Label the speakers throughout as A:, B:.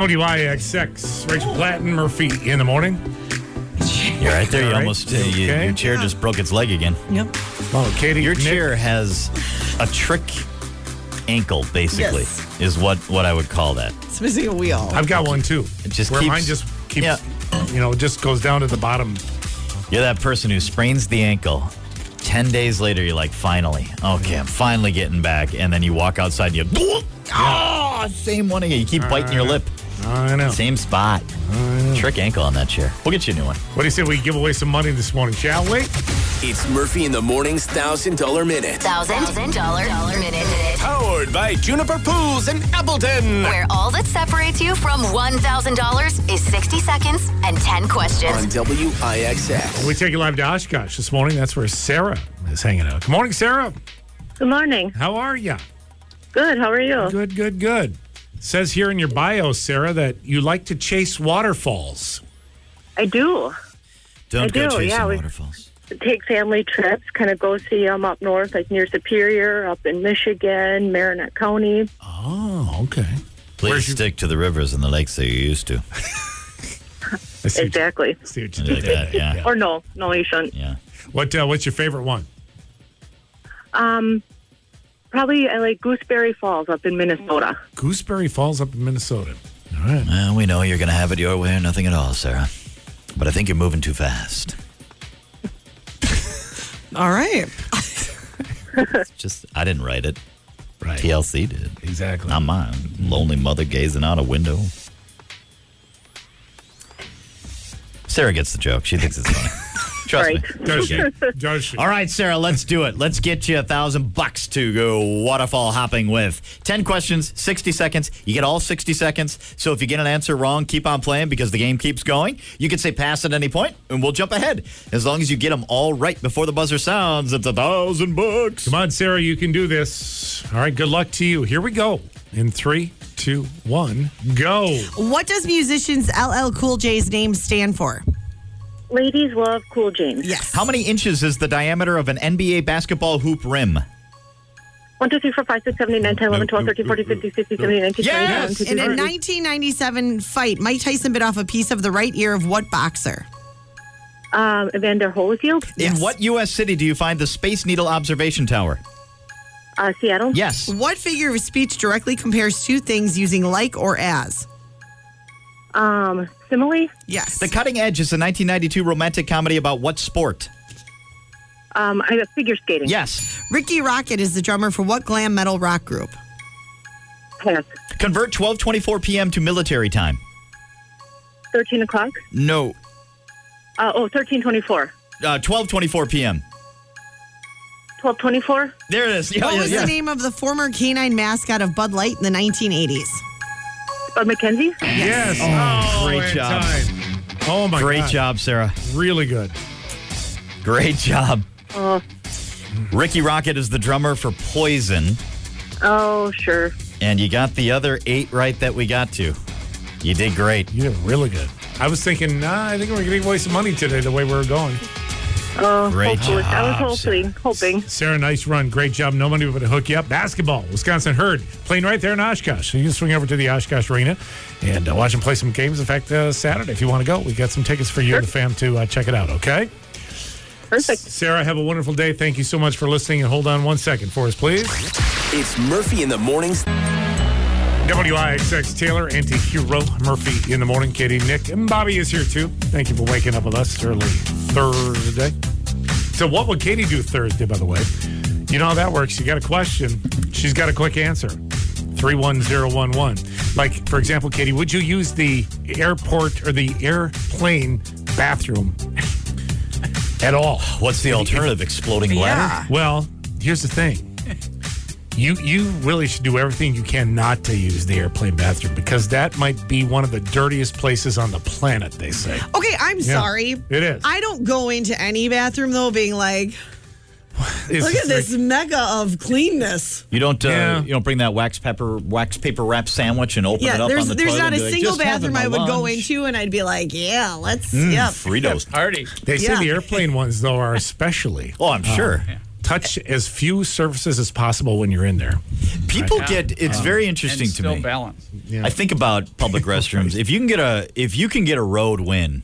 A: WIXX, Rachel Platt and Murphy in the morning.
B: You're right there. You
A: All right.
B: almost you- you-
A: Okay.
B: your chair just broke its leg again.
C: Yep.
A: Oh, Katie,
B: Your
A: Nick,
B: chair has a trick ankle, basically,
C: Yes.
B: is what what I would call that.
C: It's missing a wheel.
A: I've got one too.
B: It just
A: where
B: keeps-
A: mine just keeps,
B: Yeah.
A: you know, just goes down to the bottom.
B: You're that person who sprains the ankle. Ten days later, you're like, finally, okay, I'm finally getting back. And then you walk outside and you, ah, same one again. You keep biting your lip.
A: I know.
B: Same spot. Trick ankle on that chair. We'll get you a new one.
A: What do you say we give away some money this morning, shall we?
D: It's Murphy in the Morning's $1,000 Minute.
E: Thousand dollar dollar minute,
D: Powered by Juniper Pools in Appleton.
E: where all that separates you from one thousand dollars is sixty seconds and ten
D: On
E: questions.
A: We
D: WIXX.
A: take you live to Oshkosh this morning. That's where Sarah is hanging out. Good morning, Sarah.
F: Good morning.
A: How are you?
F: Good. How are you?
A: Good, good, good. Says here in your bio, Sarah, that you like to chase waterfalls.
F: I do.
B: Don't go
F: do,
B: chasing
F: yeah, we-
B: waterfalls.
F: Take family trips, kind of go see them up north, like near Superior, up in Michigan, Marinette County.
A: Oh, okay.
B: Please
A: Where's your-
B: stick to the rivers and the lakes that you used to.
A: I see,
F: Exactly.
A: see what you
B: Like
A: did
B: that,
A: there.
B: yeah.
F: Or no, no, you shouldn't.
B: Yeah.
A: What, uh, what's your favorite one?
F: Um, probably I like Gooseberry Falls up in Minnesota.
A: Gooseberry Falls up in Minnesota. All right.
B: Well, we know you're going to have it your way or nothing at all, Sarah. But I think you're moving too fast.
C: All right.
B: Just, I didn't write it.
A: Right.
B: TLC did.
A: Exactly.
B: Not mine. Lonely mother gazing out a window. Sarah gets the joke. She thinks it's funny. Trust me.
A: Does she?
B: Okay.
A: Does she?
B: All right, Sarah, let's do it. Let's get you a thousand bucks to go waterfall hopping with. Ten questions, sixty seconds. You get all sixty seconds. So if you get an answer wrong, keep on playing because the game keeps going. You can say pass at any point, and we'll jump ahead as long as you get them all right before the buzzer sounds. It's a thousand bucks.
A: Come on, Sarah, you can do this. All right, good luck to you. Here we go. In three, two, one, go.
B: Oh,
C: What does musicians LL Cool J's name stand for?
F: Ladies love Cool Jeans.
C: Yes.
B: How many inches is the diameter of an NBA basketball hoop rim?
F: One, two, three, four, five, six, seven, eight, nine, ten, eleven, twelve, thirteen, fourteen, fifteen, sixteen, seventeen, eighteen, nineteen, twenty,
B: Yes!
F: twenty-one,
C: In a
F: twenty-two,
C: 1997 fight, Mike Tyson bit off a piece of the right ear of what boxer?
F: Um, Evander Holyfield,
C: Yes.
B: In what U.S. city do you find the Space Needle Observation Tower?
F: uh, Seattle.
B: Yes.
C: What figure of speech directly compares two things using like or as?
F: Um, simile.
C: Yes.
B: The Cutting Edge is a 1992 romantic comedy about what sport?
F: Um, I got figure skating.
B: Yes.
C: Ricky Rocket is the drummer for what glam metal rock group?
F: Pass.
B: Convert 12:24 p.m. to military time.
F: Thirteen o'clock.
B: No.
F: Uh, oh, 1324.
B: Uh, 12:24 p.m.
F: 1224?
B: There it is. Yeah,
C: What
B: yeah,
C: was
B: yeah.
C: the name of the former canine mascot of Bud Light in the 1980s?
F: Bud McKenzie?
A: Yes. Oh,
B: great
A: in
B: job.
A: time. Oh, my
B: Great
A: God.
B: job, Sarah.
A: Really good.
B: Great job.
C: Uh-huh.
F: Oh,
B: Ricky Rocket is the drummer for Poison,
F: oh, sure.
B: and you got the other eight right that we got to. You did great.
A: You did really good. I was thinking, nah, I think we're going to give away some money today the way we were going.
F: Oh,
B: Great
F: hopefully. I was
B: job,
F: hopefully hoping.
A: Sarah, nice run. Great job. No money but to hook you up. Basketball, Wisconsin Herd, playing right there in Oshkosh. So you can swing over to the Oshkosh Arena and uh, watch them play some games. In fact, uh, Saturday, if you want to go, we got some tickets for you and the fam to uh, check it out, okay?
F: Perfect.
A: Sarah, have a wonderful day. Thank you so much for listening. And hold on one second for us, please.
D: It's Murphy in the Morning's
A: WIXX Taylor, anti-hero Murphy in the morning. Katie, Nick, and Bobby is here too. Thank you for waking up with us early Thursday. So, what would Katie do Thursday? By the way, you know how that works. You got a question, she's got a quick answer. Three one zero one one. Like for example, Katie, would you use the airport or the airplane bathroom at all?
B: What's the alternative? Exploding bladder?
A: Well, here's the thing. You you really should do everything you can not to use the airplane bathroom because that might be one of the dirtiest places on the planet, they say.
C: Okay, I'm
A: Yeah,
C: sorry.
A: it is.
C: I don't go into any bathroom though being like,
A: It's
C: look at
A: just like-
C: this mega of cleanness.
B: You don't uh,
A: Yeah.
B: you don't bring that wax pepper wax paper wrap sandwich and open it
C: Yeah,
B: up
C: there's
B: on the
C: there's
B: toilet
C: not
B: and
C: a
B: be like,
C: single
B: "Just having
C: bathroom
B: my
C: I would go
B: lunch." Mm,
C: into and I'd be like, yeah, let's yep.
B: Fritos.
G: Party.
A: They say
C: Yeah.
A: the airplane ones though are especially
B: Oh, I'm sure.
A: touch as few surfaces as possible when you're in there.
B: People
G: Yeah.
B: get it's very interesting
G: and
B: to
G: still
B: me.
G: balance.
B: I think about public restrooms. If you can get a if you can get a road win,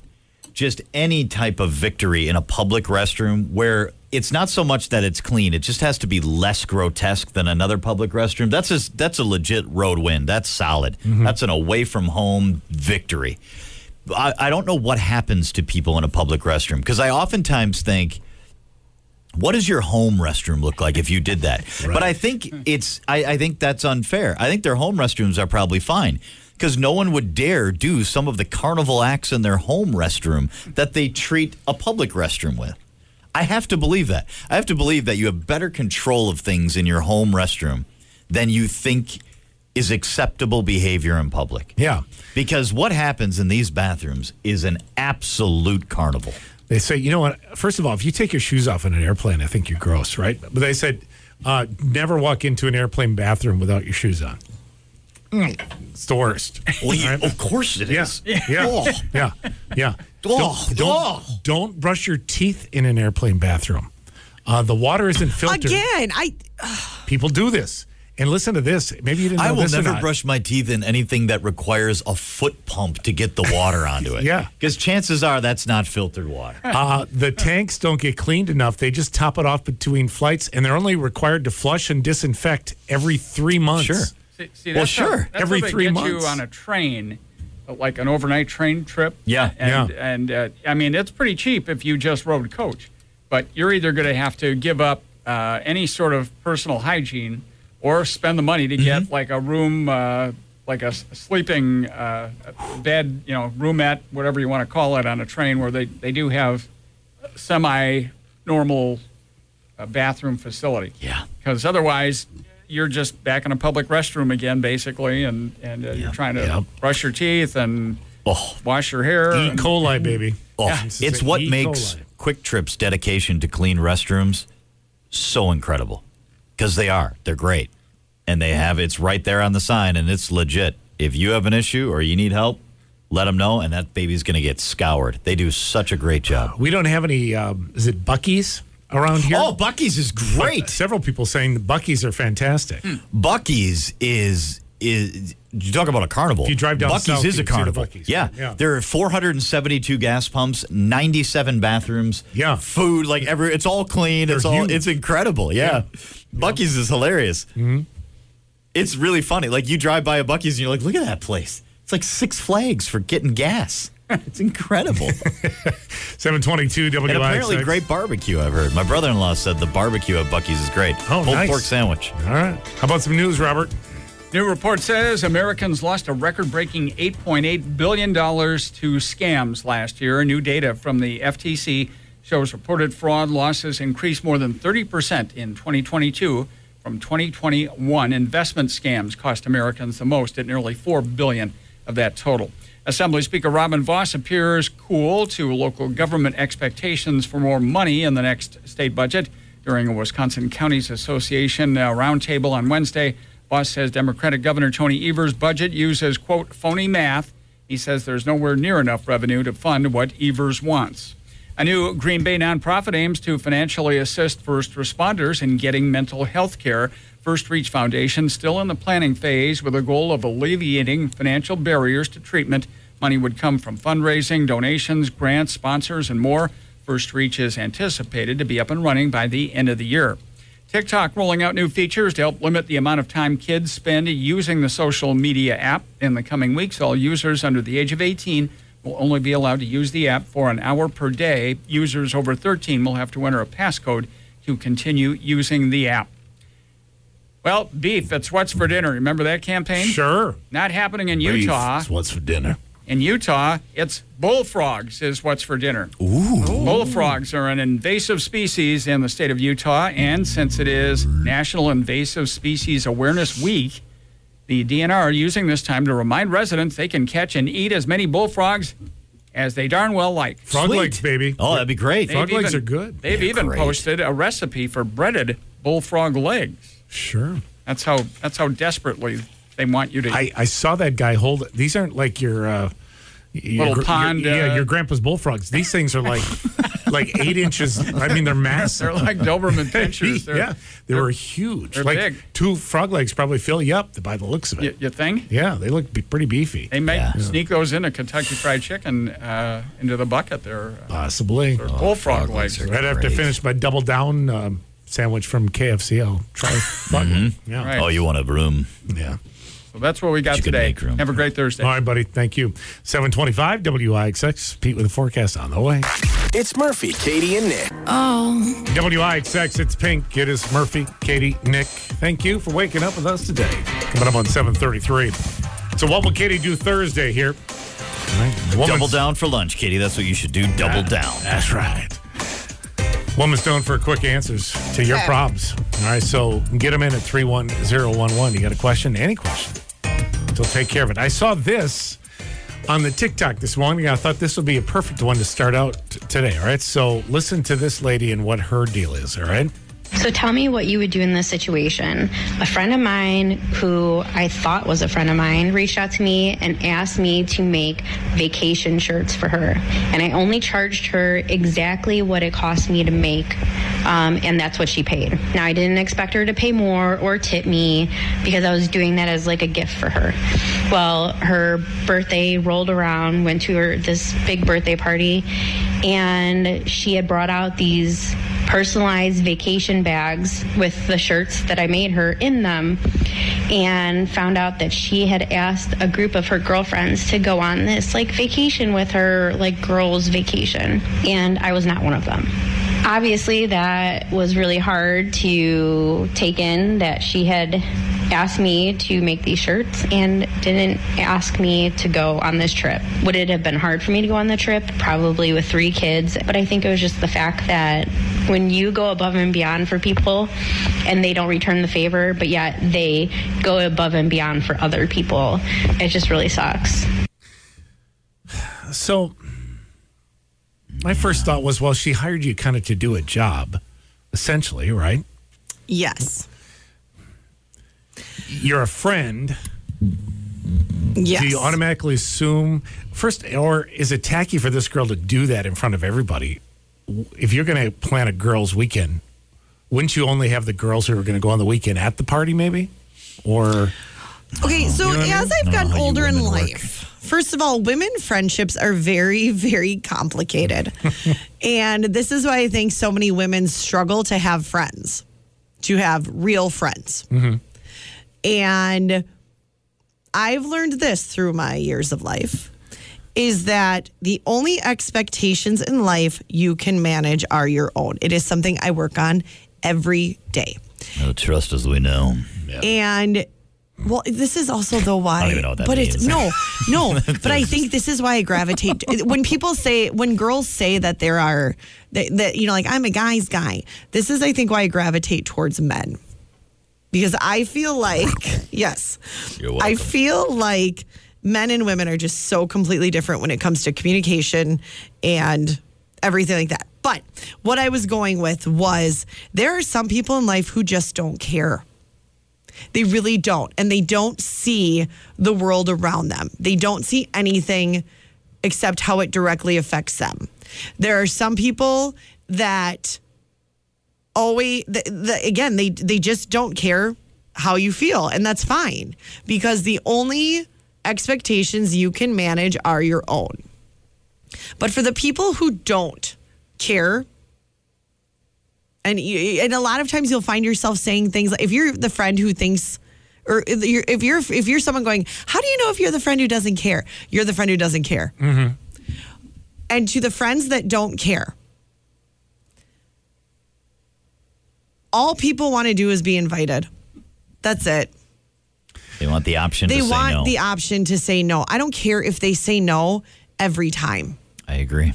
B: just any type of victory in a public restroom where it's not so much that it's clean, it just has to be less grotesque than another public restroom. That's a, that's a legit road win. That's solid. That's an away from home victory. I, I don't know what happens to people in a public restroom because I oftentimes think what does your home restroom look like if you did that? But I think it's I, I think that's unfair. I think their home restrooms are probably fine because no one would dare do some of the carnival acts in their home restroom that they treat a public restroom with. I have to believe that. I have to believe that you have better control of things in your home restroom than you think is acceptable behavior in public.
A: Yeah.
B: Because what happens in these bathrooms is an absolute carnival.
A: They say, you know what? First of all, if you take your shoes off in an airplane, I think you're gross, right? But they said, uh, never walk into an airplane bathroom without your shoes on.
C: Mm.
A: It's the worst.
B: Well, you,
A: All right?
C: oh,
B: of course it
A: Yeah,
B: is.
A: yeah,
B: Oh.
A: yeah, yeah.
B: Oh,
A: Don't, don't,
B: oh.
A: don't brush your teeth in an airplane bathroom. Uh, the water isn't filtered.
C: Again, I
A: People do this. And listen to this. Maybe you didn't know
B: I will
A: this or
B: never
A: not.
B: brush my teeth in anything that requires a foot pump to get the water onto it.
A: Yeah.
B: Because chances are that's not filtered water.
A: Uh, the tanks don't get cleaned enough. They just top it off between flights, and they're only required to flush and disinfect every three months.
B: Sure.
G: See, see,
B: Well,
G: that's how-
B: sure.
G: that's
A: Every
G: how they
A: three
G: get
A: months. E.
G: you on a train, uh, like an overnight train trip.
B: Yeah.
G: and,
A: Yeah.
G: And uh, I mean, it's pretty cheap if you just road coach, but you're either going to have to give up uh, any sort of personal hygiene or spend the money
B: Mm-hmm.
G: to get like a room, uh, like a s- sleeping uh, bed, you know, roomette, whatever you want to call it, on a train where they they do have semi-normal uh, bathroom facility.
B: Yeah.
G: Because otherwise, you're just back in a public restroom again, basically, and and uh, you're trying to
B: Yep.
G: brush your teeth and
B: Oh.
G: wash your hair.
A: E.
G: and-
A: coli, baby.
B: Oh,
A: This is
B: it's
A: a
B: what
A: E.
B: makes
A: coli.
B: Quick Trip's dedication to clean restrooms so incredible. Because they are. They're great. And they have it's right there on the sign and it's legit. If you have an issue or you need help, let them know and that baby's going to get scoured. They do such a great job.
A: We don't have any. Um, is it Bucky's around here?
B: Oh, Bucky's is great. Hmm.
A: Several people saying the Bucky's are fantastic.
B: Bucky's is is you talk about a carnival. If
A: you drive down
B: Bucky's
A: south,
B: is
A: you
B: a
A: can see the
B: carnival.
A: Buc-ee's.
B: Yeah.
A: Yeah.
B: there are 472 gas pumps, 97 bathrooms.
A: Yeah.
B: food like every it's all clean. it's
A: They're
B: all
A: huge.
B: it's incredible. Yeah, Bucky's is hilarious.
A: Mm-hmm.
B: It's really funny. Like you drive by a Bucky's and you're like, look at that place. It's like Six Flags for getting gas. It's incredible.
A: 722 WIX.
B: and apparently, great barbecue. I've heard. My brother-in-law said the barbecue at Bucky's is great.
A: Oh,
B: Pulled
A: nice.
B: pork sandwich.
A: All right. How about some news, Robert?
G: New report says Americans lost a record breaking $8.8 billion to scams last year. New data from the FTC shows reported fraud losses increased more than 30% in 2022 from 2021. Investment scams cost Americans the most at nearly $4 billion of that total. Assembly Speaker Robin Voss appears cool to local government expectations for more money in the next state budget. During a Wisconsin Counties Association uh, roundtable on Wednesday, Boss says Democratic Governor Tony Evers' budget uses, quote, phony math. He says there's nowhere near enough revenue to fund what Evers wants. A new Green Bay nonprofit aims to financially assist first responders in getting mental health care. First Reach Foundation still in the planning phase with a goal of alleviating financial barriers to treatment. Money would come from fundraising, donations, grants, sponsors, and more. First Reach is anticipated to be up and running by the end of the year. TikTok rolling out new features to help limit the amount of time kids spend using the social media app. In the coming weeks, all users under the age of 18 will only be allowed to use the app for an hour per day. Users over 13 will have to enter a passcode to continue using the app. Well, beef, it's what's for dinner. Remember that campaign?
A: Sure.
G: Not happening in Utah.
B: What's for dinner?
G: In Utah, it's bullfrogs is what's for dinner. Bullfrogs are an invasive species in the state of Utah, and since it is National Invasive Species Awareness Week, the DNR using this time to remind residents they can catch and eat as many bullfrogs as they darn well like.
A: Frog
B: Sweet.
A: legs, baby.
B: Oh, that'd be great.
G: They've
A: frog legs are good.
G: They've
B: They're
G: even
B: great.
G: posted a recipe for breaded bullfrog legs.
A: Sure.
G: That's how that's how desperately they want you to
A: I, I saw that guy hold. These aren't like your. Uh, your
G: Little
A: gr- your-
G: pond,
A: yeah,
G: uh,
A: your grandpa's bullfrogs. These things are like like eight inches. I mean, they're massive.
G: They're like Doberman pinchers. They're,
A: yeah, they were huge.
G: they're
A: like
G: big.
A: two frog legs probably fill you up by the looks of
G: y-
A: it.
G: your thing.
A: Yeah, they look be- pretty beefy.
G: They might
B: Yeah.
G: sneak those into Kentucky Fried Chicken uh, into the bucket there. Uh,
A: Possibly.
G: or bullfrog
B: frog legs
G: legs.
B: are-
A: Right after I
B: Great.
A: finish my double down um, sandwich from KFC, I'll try frog leg. Yeah.
G: Mm-hmm. Right.
B: Oh, you want a room?
A: Yeah.
G: So that's what we got
B: You can
G: today.
B: make room.
G: Have a great Thursday.
A: All right, buddy. Thank you. 725 WIXX. Pete with the forecast on the way.
D: It's Murphy, Katie, and Nick.
A: WIXX, it's Pink. It is Murphy, Katie, Nick. Thank you for waking up with us today. Coming up on 733. So what will Katie do Thursday here? All right.
B: Double
A: Woman's- Ah.
B: down for lunch, Katie. That's what you should do. Double down.
A: That's right. Woman's known for quick answers to your
C: Okay.
A: problems. All right, so get them in at 31011. You got a question? Any question. They'll take care of it. I saw this on the TikTok this morning. I thought this would be a perfect one to start out t- today. All right, so listen to this lady and what her deal is. All right.
H: So tell me what you would do in this situation. A friend of mine who I thought was a friend of mine reached out to me and asked me to make vacation shirts for her. And I only charged her exactly what it cost me to make. Um, and that's what she paid. Now, I didn't expect her to pay more or tip me because I was doing that as like a gift for her. Well, her birthday rolled around, went to her this big birthday party, and she had brought out these personalized vacation bags with the shirts that I made her in them and found out that she had asked a group of her girlfriends to go on this like vacation with her like girls vacation and I was not one of them. Obviously that was really hard to take in that she had asked me to make these shirts and didn't ask me to go on this trip. Would it have been hard for me to go on the trip? Probably with three kids. But I think it was just the fact that when you go above and beyond for people and they don't return the favor, but yet they go above and beyond for other people, it just really sucks.
A: So my first thought was, well, she hired you kind of to do a job, essentially, right?
C: Yes.
A: You're a friend.
C: Yes.
A: Do you automatically assume first, or is it tacky for this girl to do that in front of everybody? W- If you're going to plan a girls' weekend, wouldn't you only have the girls who are going to go on the weekend at the party, maybe? Or
C: Okay, so
A: what I mean?
B: Don't
C: as
B: know
C: I've gotten
B: how you
C: older in
B: women work.
C: life, first of all, women friendships are very, very complicated. and this is why I think so many women struggle to have friends, to have real friends.
B: Mm-hmm.
C: And I've learned this through my years of life is that the only expectations in life you can manage are your own. It is something I work on every day.
B: No trust as we know.
C: And well, this is also though why.
B: don't even know what that
C: but
B: means.
C: it's no, no. but I think this is why I gravitate when people say when girls say that there are that, that you know like I'm a guy's guy. This is I think why I gravitate towards men because I feel like yes,
B: You're
C: I
B: welcome.
C: feel like men and women are just so completely different when it comes to communication and everything like that. But what I was going with was there are some people in life who just don't care. They really don't. And they don't see the world around them. They don't see anything except how it directly affects them. There are some people that always, th the, again, they, they just don't care how you feel. And that's fine because the only expectations you can manage are your own. But for the people who don't care and you, and a lot of times you'll find yourself saying things like if you're the friend who thinks or if you're if you're if you're someone going how do you know if you're the friend who doesn't care you're the friend who doesn't care and to the friends that don't care all people want to do is be invited that's it
B: They want the option
C: they
B: to
C: want
B: say no.
C: the option to say no i don't care if they say no every time
B: I agree.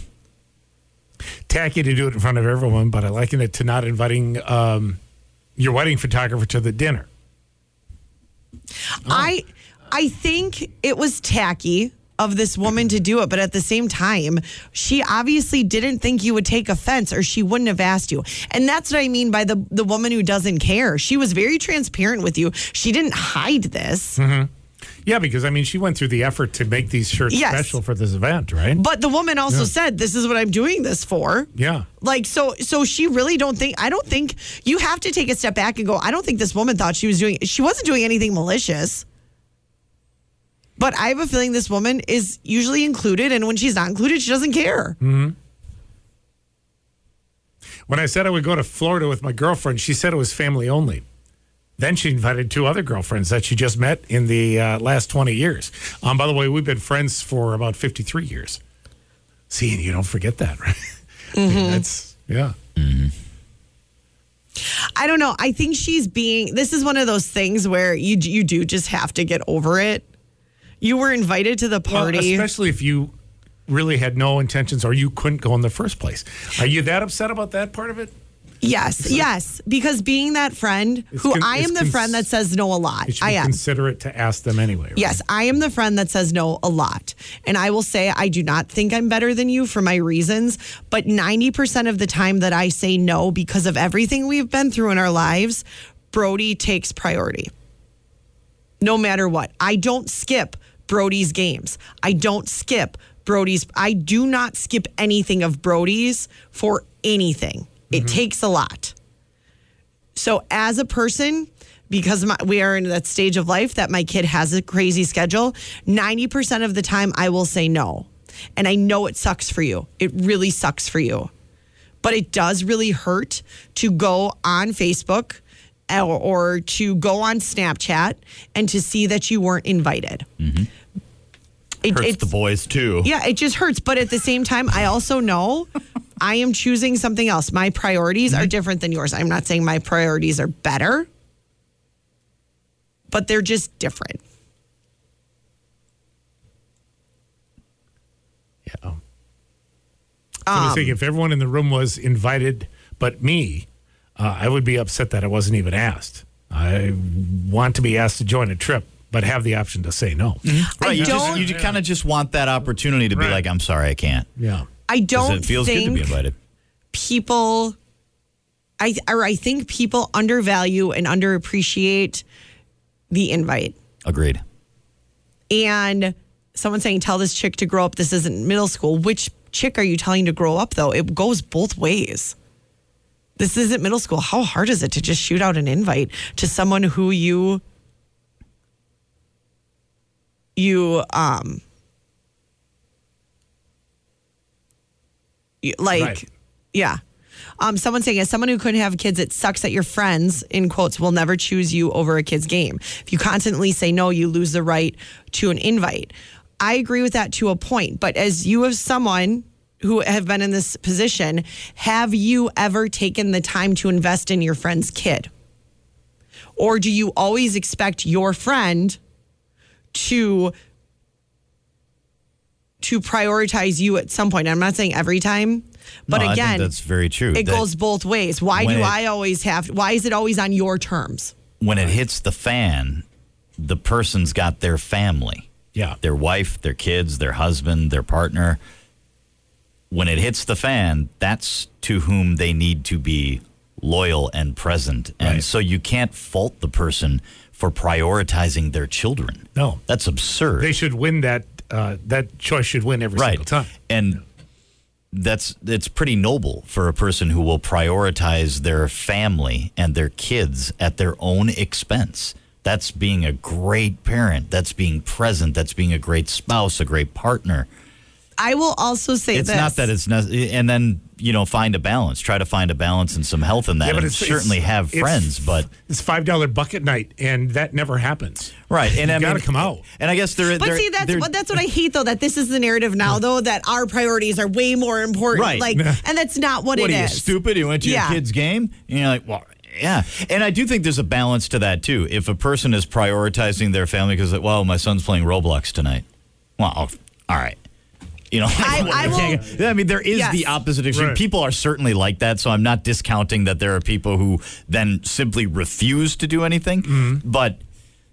A: tacky to do it in front of everyone, but I liken it to not inviting um, your wedding photographer to the dinner.
B: Oh.
C: I I think it was tacky of this woman to do it, but at the same time, she obviously didn't think you would take offense or she wouldn't have asked you. And that's what I mean by the the woman who doesn't care. She was very transparent with you. She didn't hide this.
A: Yeah, because I mean, she went through the effort to make these shirts
C: Yes.
A: special for this event, right?
C: But the woman also
A: Yeah.
C: said, "This is what I'm doing this for."
A: yeah.
C: Like so, so she really don't think. I don't think you have to take a step back and go. I don't think this woman thought she was doing. She wasn't doing anything malicious. But I have a feeling this woman is usually included, and when she's not included, she doesn't care.
A: Hmm. When I said I would go to Florida with my girlfriend, she said it was family only. Then she invited two other girlfriends that she just met in the uh, last 20 years. Um, by the way, we've been friends for about 53 years. See, and you don't forget that, right? I mean,
C: Mm-hmm.
A: that's, yeah.
C: I don't know. I think she's being. This is one of those things where you you do just have to get over it. You were invited to the
A: Well,
C: party.
A: especially if you really had no intentions or you couldn't go in the first place. Are you that upset about that part of it?
C: yes, yes, because being that friend
A: It's
C: who
A: con-
C: I
A: it's
C: am the
A: cons-
C: friend that says no a lot.
A: You should
C: I
A: be
C: am.
A: considerate to ask them anyway. right?
C: Yes, I am the friend that says no a lot. And I will say I do not think I'm better than you for my reasons, but 90% of the time that I say no because of everything we've been through in our lives, Brody takes priority. No matter what. I don't skip Brody's games. I don't skip Brody's I do not skip anything of Brody's for anything. It takes a lot. So as a person, because my, we are in that stage of life that my kid has a crazy schedule, 90% of the time I will say no. And I know it sucks for you. It really sucks for you. But it does really hurt to go on Facebook or, or to go on Snapchat and to see that you weren't invited. It,
B: Mm-hmm. Hurts
C: it's-
B: the boys too.
C: yeah, it just hurts. But at the same time, I also know I am choosing something else. My priorities
B: Mm-hmm.
C: are different than yours. I'm not saying my priorities are better, but they're just different.
A: Yeah. Somebody's thinking, if everyone in the room was invited but me, uh, I would be upset that I wasn't even asked. I want to be asked to join a trip, but have the option to say no.
C: I
B: Right, you
C: don't.
B: just, you kind of just want that opportunity to
A: Right.
B: be like, I'm sorry, I can't.
A: Yeah.
C: I
B: 'Cause
C: don't
B: it feels
C: think
B: good to be invited.
C: people. I or I think people undervalue and underappreciate the invite.
B: Agreed.
C: and someone saying tell this chick to grow up this isn't middle school which chick are you telling to grow up though it goes both ways this isn't middle school how hard is it to just shoot out an invite to someone who you you um you- like
A: Right.
C: yeah um, someone saying, as someone who couldn't have kids, it sucks that your friends, in quotes, will never choose you over a kid's game. If you constantly say no, you lose the right to an invite. I agree with that to a point, but as you as someone who have been in this position, have you ever taken the time to invest in your friend's kid? Or do you always expect your friend to to prioritize you at some point? I'm not saying every time,
B: No,
C: but
B: I think
C: again,
B: that's very true. That-
C: it goes both ways. Why
B: when
C: do
B: it-
C: I always have? Why is it always on your terms?
B: When it hits the fan, the person's got their family.
A: Yeah.
B: uh, Their wife, their kids, their husband, their partner. When it hits the fan, that's to whom they need to be loyal and present. And
A: Right.
B: so you can't fault the person for prioritizing their children.
A: No.
B: That's absurd.
A: They should win that. Uh, that choice should win every
B: right
A: single time.
B: and that's it's pretty noble for a person who will prioritize their family and their kids at their own expense that's being a great parent that's being present that's being a great spouse a great partner
C: I will also say
B: it's
C: this.
B: not that it's not and then you know find a balance try to find a balance and some health in that and certainly have
A: it's-
B: friends but
A: it's five dollar bucket night, and that never happens.
B: right and
A: You
B: i
A: gotta
B: mean-
A: come out.
B: and i guess there
C: But see, that's what that's what I hate though. That this is the narrative now, though, that our priorities are way more important.
B: Right.
C: Like, and that's not what,
B: what
C: it
B: are you
C: is.
B: stupid? You went to
C: Yeah.
B: your kid's game, and you're like, well, yeah. And I do think there's a balance to that too. If a person is prioritizing their family because, like, well, my son's playing Roblox tonight. Well, I'll- all right. You know,
C: I- I will-
B: I mean, there is
C: Yes.
B: the opposite extreme.
A: Right.
B: People are certainly like that, so I'm not discounting that there are people who then simply refuse to do anything. But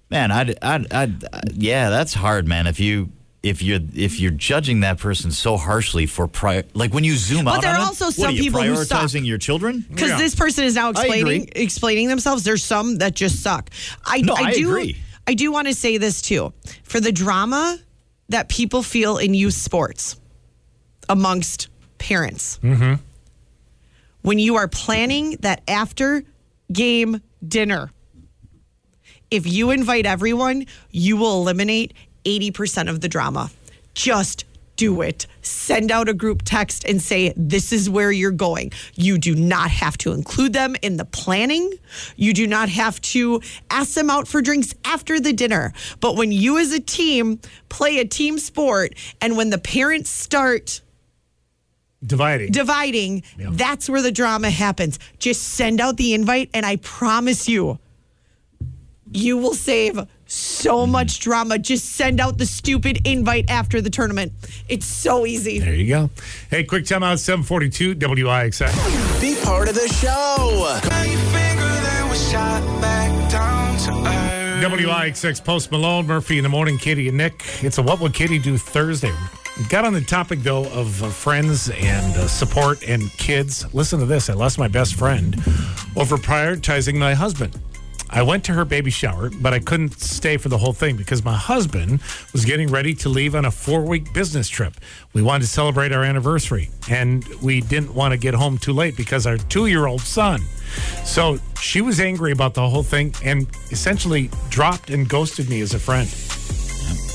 B: man, I'd, I'd, I'd, i yeah, that's hard, man. If you if you're if you're judging that person so harshly for prior, like when you zoom out,
C: there
B: on
C: are
B: it,
C: also
B: what
C: some
B: are you,
C: people who suck.
B: prioritizing your children.
C: because
A: Yeah.
C: this person is now
B: agree.
C: explaining explaining themselves. There's some that just suck. I,
B: No, I
C: do
B: agree.
C: I do want to say this too for the drama that people feel in youth sports amongst parents.
B: Mm-hmm.
C: When you are planning that after game dinner, if you invite everyone, you will eliminate 80% of the drama. Just do it. Send out a group text and say, This is where you're going. You do not have to include them in the planning. You do not have to ask them out for drinks after the dinner. But when you, as a team, play a team sport and when the parents start
A: Dividing.
C: dividing, that's where the drama happens. Just send out the invite, and I promise you, you will save so much drama. Just send out the stupid invite after the tournament. It's so easy.
A: there you go. Hey, quick timeout, 742 WIXX.
D: Be part of the show.
A: WIXX Post Malone, Murphy in the morning, Katie and Nick. It's a What Would Katie Do Thursday. We Got on the topic, though, of uh, friends and uh, support and kids. Listen to this. I lost my best friend over prioritizing my husband. I went to her baby shower, but I couldn't stay for the whole thing because my husband was getting ready to leave on a four week business trip. We wanted to celebrate our anniversary, and we didn't want to get home too late because our two year old son. So she was angry about the whole thing and essentially dropped and ghosted me as a friend.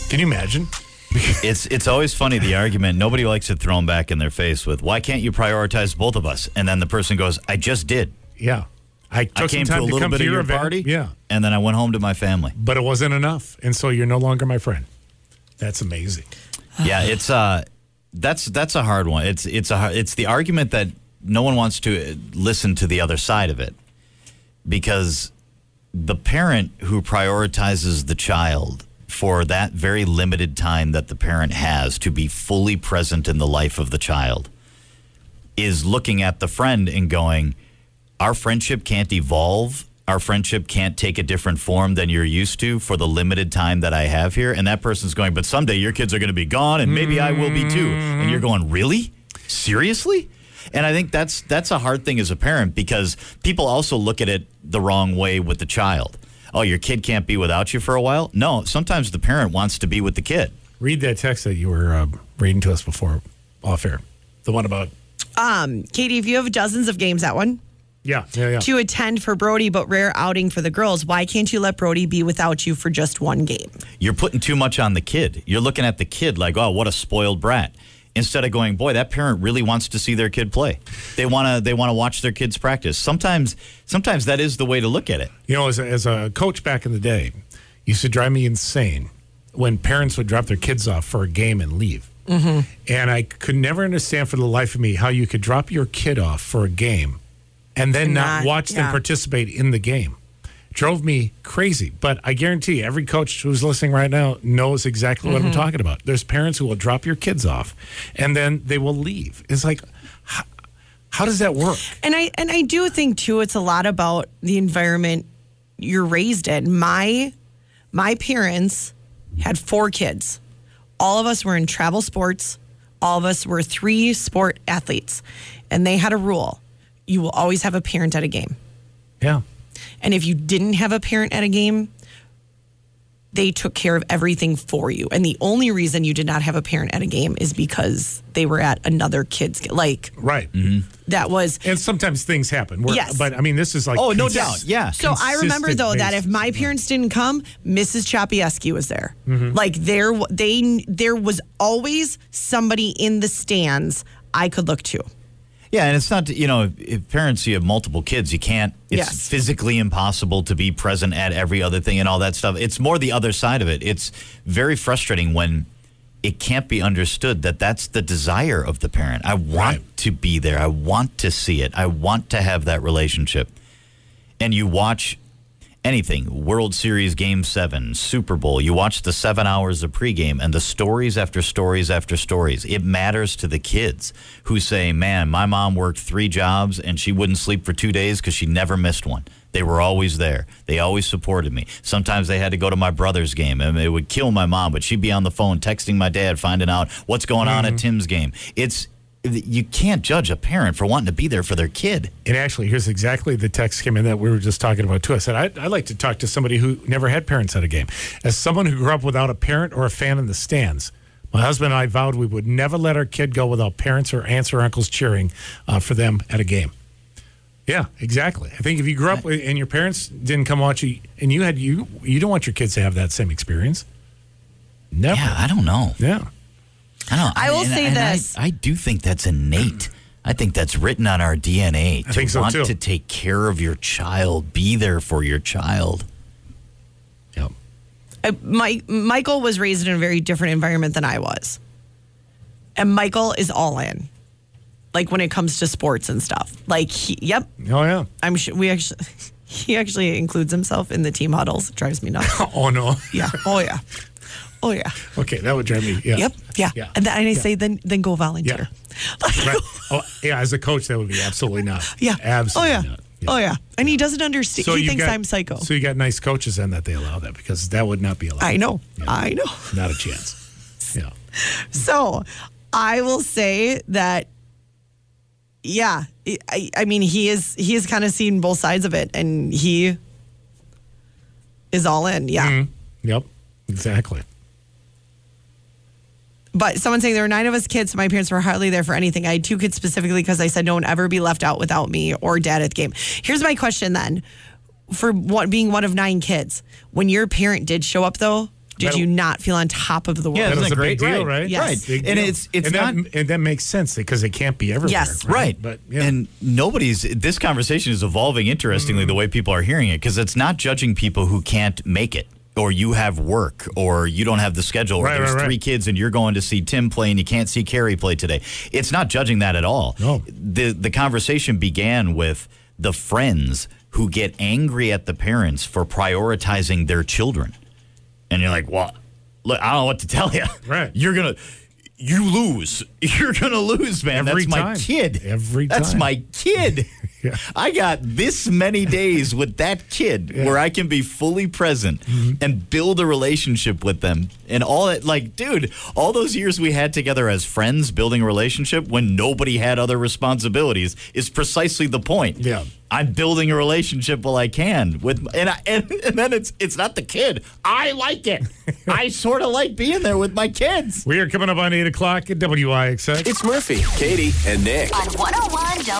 A: Can you imagine?
B: It's it's always funny the argument. Nobody likes it thrown back in their face with why can't you prioritize both of us? And then the person goes, I just did.
A: Yeah. I took
B: I came
A: some
B: to a
A: time to,
B: little
A: come
B: bit
A: to
B: of
A: your
B: your
A: event.
B: party,
A: Yeah.
B: and then I went home to my family.
A: But it wasn't enough. And so you're no longer my friend. That's amazing.
B: yeah, it's uh, that's that's a hard one. It's it's a har- it's the argument that no one wants to uh, listen to the other side of it because the parent who prioritizes the child for that very limited time that the parent has to be fully present in the life of the child is looking at the friend and going, our friendship can't evolve. Our friendship can't take a different form than you're used to for the limited time that I have here. And that person's going, but someday your kids are going to be gone and maybe I will be too. And you're going, really? Seriously? And I think that's that's a hard thing as a parent because people also look at it the wrong way with the child. Oh, your kid can't be without you for a while? No, sometimes the parent wants to be with the kid.
A: Read that text that you were uh, reading to us before off air. The one about
C: Um, Katie, if you have dozens of games, that one
A: yeah, yeah, yeah.
C: to attend for Brody, but rare outing for the girls, why can't you let Brody be without you for just one game?
B: you're putting too much on the kid. You're looking at the kid like, oh, what a spoiled brat. Instead of going, boy, that parent really wants to see their kid play. They wanna they wanna watch their kids practice. Sometimes sometimes that is the way to look at it.
A: You know, as a, as a coach back in the day, used to drive me insane when parents would drop their kids off for a game and leave.
C: Mm-hmm.
A: And I could never understand for the life of me how you could drop your kid off for a game and then not,
C: not-
A: watch them
C: yeah.
A: participate in the game. Drove me crazy. But I guarantee you, every coach who's listening right now knows exactly what
C: Mm-hmm.
A: I'm talking about. There's parents who will drop your kids off and then they will leave. It's like, how, how does that work?
C: And I and I do think too it's a lot about the environment you're raised in. My my parents had four kids. All of us were in travel sports. All of us were three sport athletes. And they had a rule. You will always have a parent at a game.
A: Yeah.
C: And if you didn't have a parent at a game, they took care of everything for you. And the only reason you did not have a parent at a game is because they were at another kid's ga- like
A: Right.
C: that was
A: And sometimes things happen. Where,
C: Yes.
A: But I mean, this is like.
B: Oh, no
A: consist-
B: doubt. Yeah. Mm-hmm.
C: So I remember
A: consistent
C: though that
A: basis.
C: if my parents didn't come, Mrs. Chapieski was there. Like there, w- they there was always somebody in the stands I could look to.
B: Yeah, and it's not you know, if parents you have multiple kids, you can't it's
C: Yes.
B: physically impossible to be present at every other thing and all that stuff. It's more the other side of it. It's very frustrating when it can't be understood that that's the desire of the parent. I want to be there. I want to see it. I want to have that relationship. And you watch anything World Series Game 7, Super Bowl, you watch the seven hours of pregame and the stories after stories after stories. It matters to the kids who say, Man, my mom worked three jobs and she wouldn't sleep for two days because she never missed one. They were always there. They always supported me. Sometimes they had to go to my brother's game and it would kill my mom, but she'd be on the phone texting my dad, finding out what's going on at Tim's game. It's you can't judge a parent for wanting to be there for their kid.
A: And actually, here's exactly the text came in that we were just talking about too. I said I'd, I'd like to talk to somebody who never had parents at a game. As someone who grew up without a parent or a fan in the stands, my husband and I vowed we would never let our kid go without parents or aunts or uncles cheering uh, for them at a game. Yeah, exactly. I think if you grew up with, and your parents didn't come watch you, and you had you, you don't want your kids to have that same experience. Never.
B: Yeah, I don't know.
A: yeah.
B: I don't.
C: I will
B: and-
C: say
B: and I-
C: this.
B: I, do think that's innate. I think that's written on our DNA.
A: I think
B: to
A: so,
B: want
A: too.
B: to take care of your child, be there for your child.
A: Yep.
C: Uh, Mike, Michael was raised in a very different environment than I was. And Michael is all in, like when it comes to sports and stuff. Like, he, yep,
A: Oh yeah.
C: I'm sure we actually, he actually includes himself in the team huddles. It drives me nuts.
A: Oh no.
C: yeah. Oh, yeah. Oh, yeah.
A: Okay, that would drive me. Yeah.
C: Yep. Yeah.
A: Yeah.
C: And, then, and I
A: Yeah.
C: say, then then go volunteer. Like,
A: Right. Oh, yeah. As a coach, that would be absolutely not.
C: Yeah.
A: Absolutely.
C: Oh, yeah.
A: Not.
C: Oh, yeah. And he doesn't understand. he
A: you
C: thinks
A: got-
C: I'm psycho.
A: So you got nice coaches then that they allow that because that would not be allowed.
C: I know.
A: Yeah.
C: I know.
A: Not a chance. Yeah.
C: So I will say that, yeah, I, I mean, he is, he has kind of seen both sides of it and he is all in. Yeah.
A: Mm. Yep. Exactly.
C: But someone saying there were nine of us kids, so my parents were hardly there for anything. I had two kids specifically because I said no one ever be left out without me or dad at the game. Here's my question then for what, being one of nine kids, when your parent did show up though, did
A: Well-
C: you not feel on top of the world?
B: Yeah,
A: That
B: Isn't
A: is
B: that
A: a big
B: great?
A: deal,
B: Right.
A: right?
C: Yes. Right.
A: Big
B: And
A: deal.
B: it's- it's
A: and that,
B: not-
A: and that makes sense because they can't be everywhere.
C: Yes.
B: Right.
A: But yeah.
B: And nobody's, this conversation is evolving interestingly
A: Mm.
B: the way people are hearing it because it's not judging people who can't make it or you have work or you don't have the schedule or
A: Right,
B: there's
A: right, right.
B: three kids and you're going to see Tim play and you can't see Carrie play today. It's not judging that at all.
A: No.
B: The, the conversation began with the friends who get angry at the parents for prioritizing their children. And you're like, well, look, I don't know what to tell you.
A: Right.
B: You're going to, you lose. You're going to lose, man.
A: Every
B: That's my
A: time.
B: kid.
A: Every
B: That's
A: time.
B: my kid.
A: Yeah.
B: I got this many days with that kid where I can be fully present
A: Mm-hmm.
B: and build a relationship with them. And all that, like, dude, all those years we had together as friends building a relationship when nobody had other responsibilities is precisely the point.
A: Yeah.
B: I'm building a relationship while I can with, and I, and, and then it's it's not the kid. I like it. I sort of like being there with my kids.
A: we are coming up on 8 o'clock at WIXX.
D: It's Murphy, Katie, and Nick.
E: on 101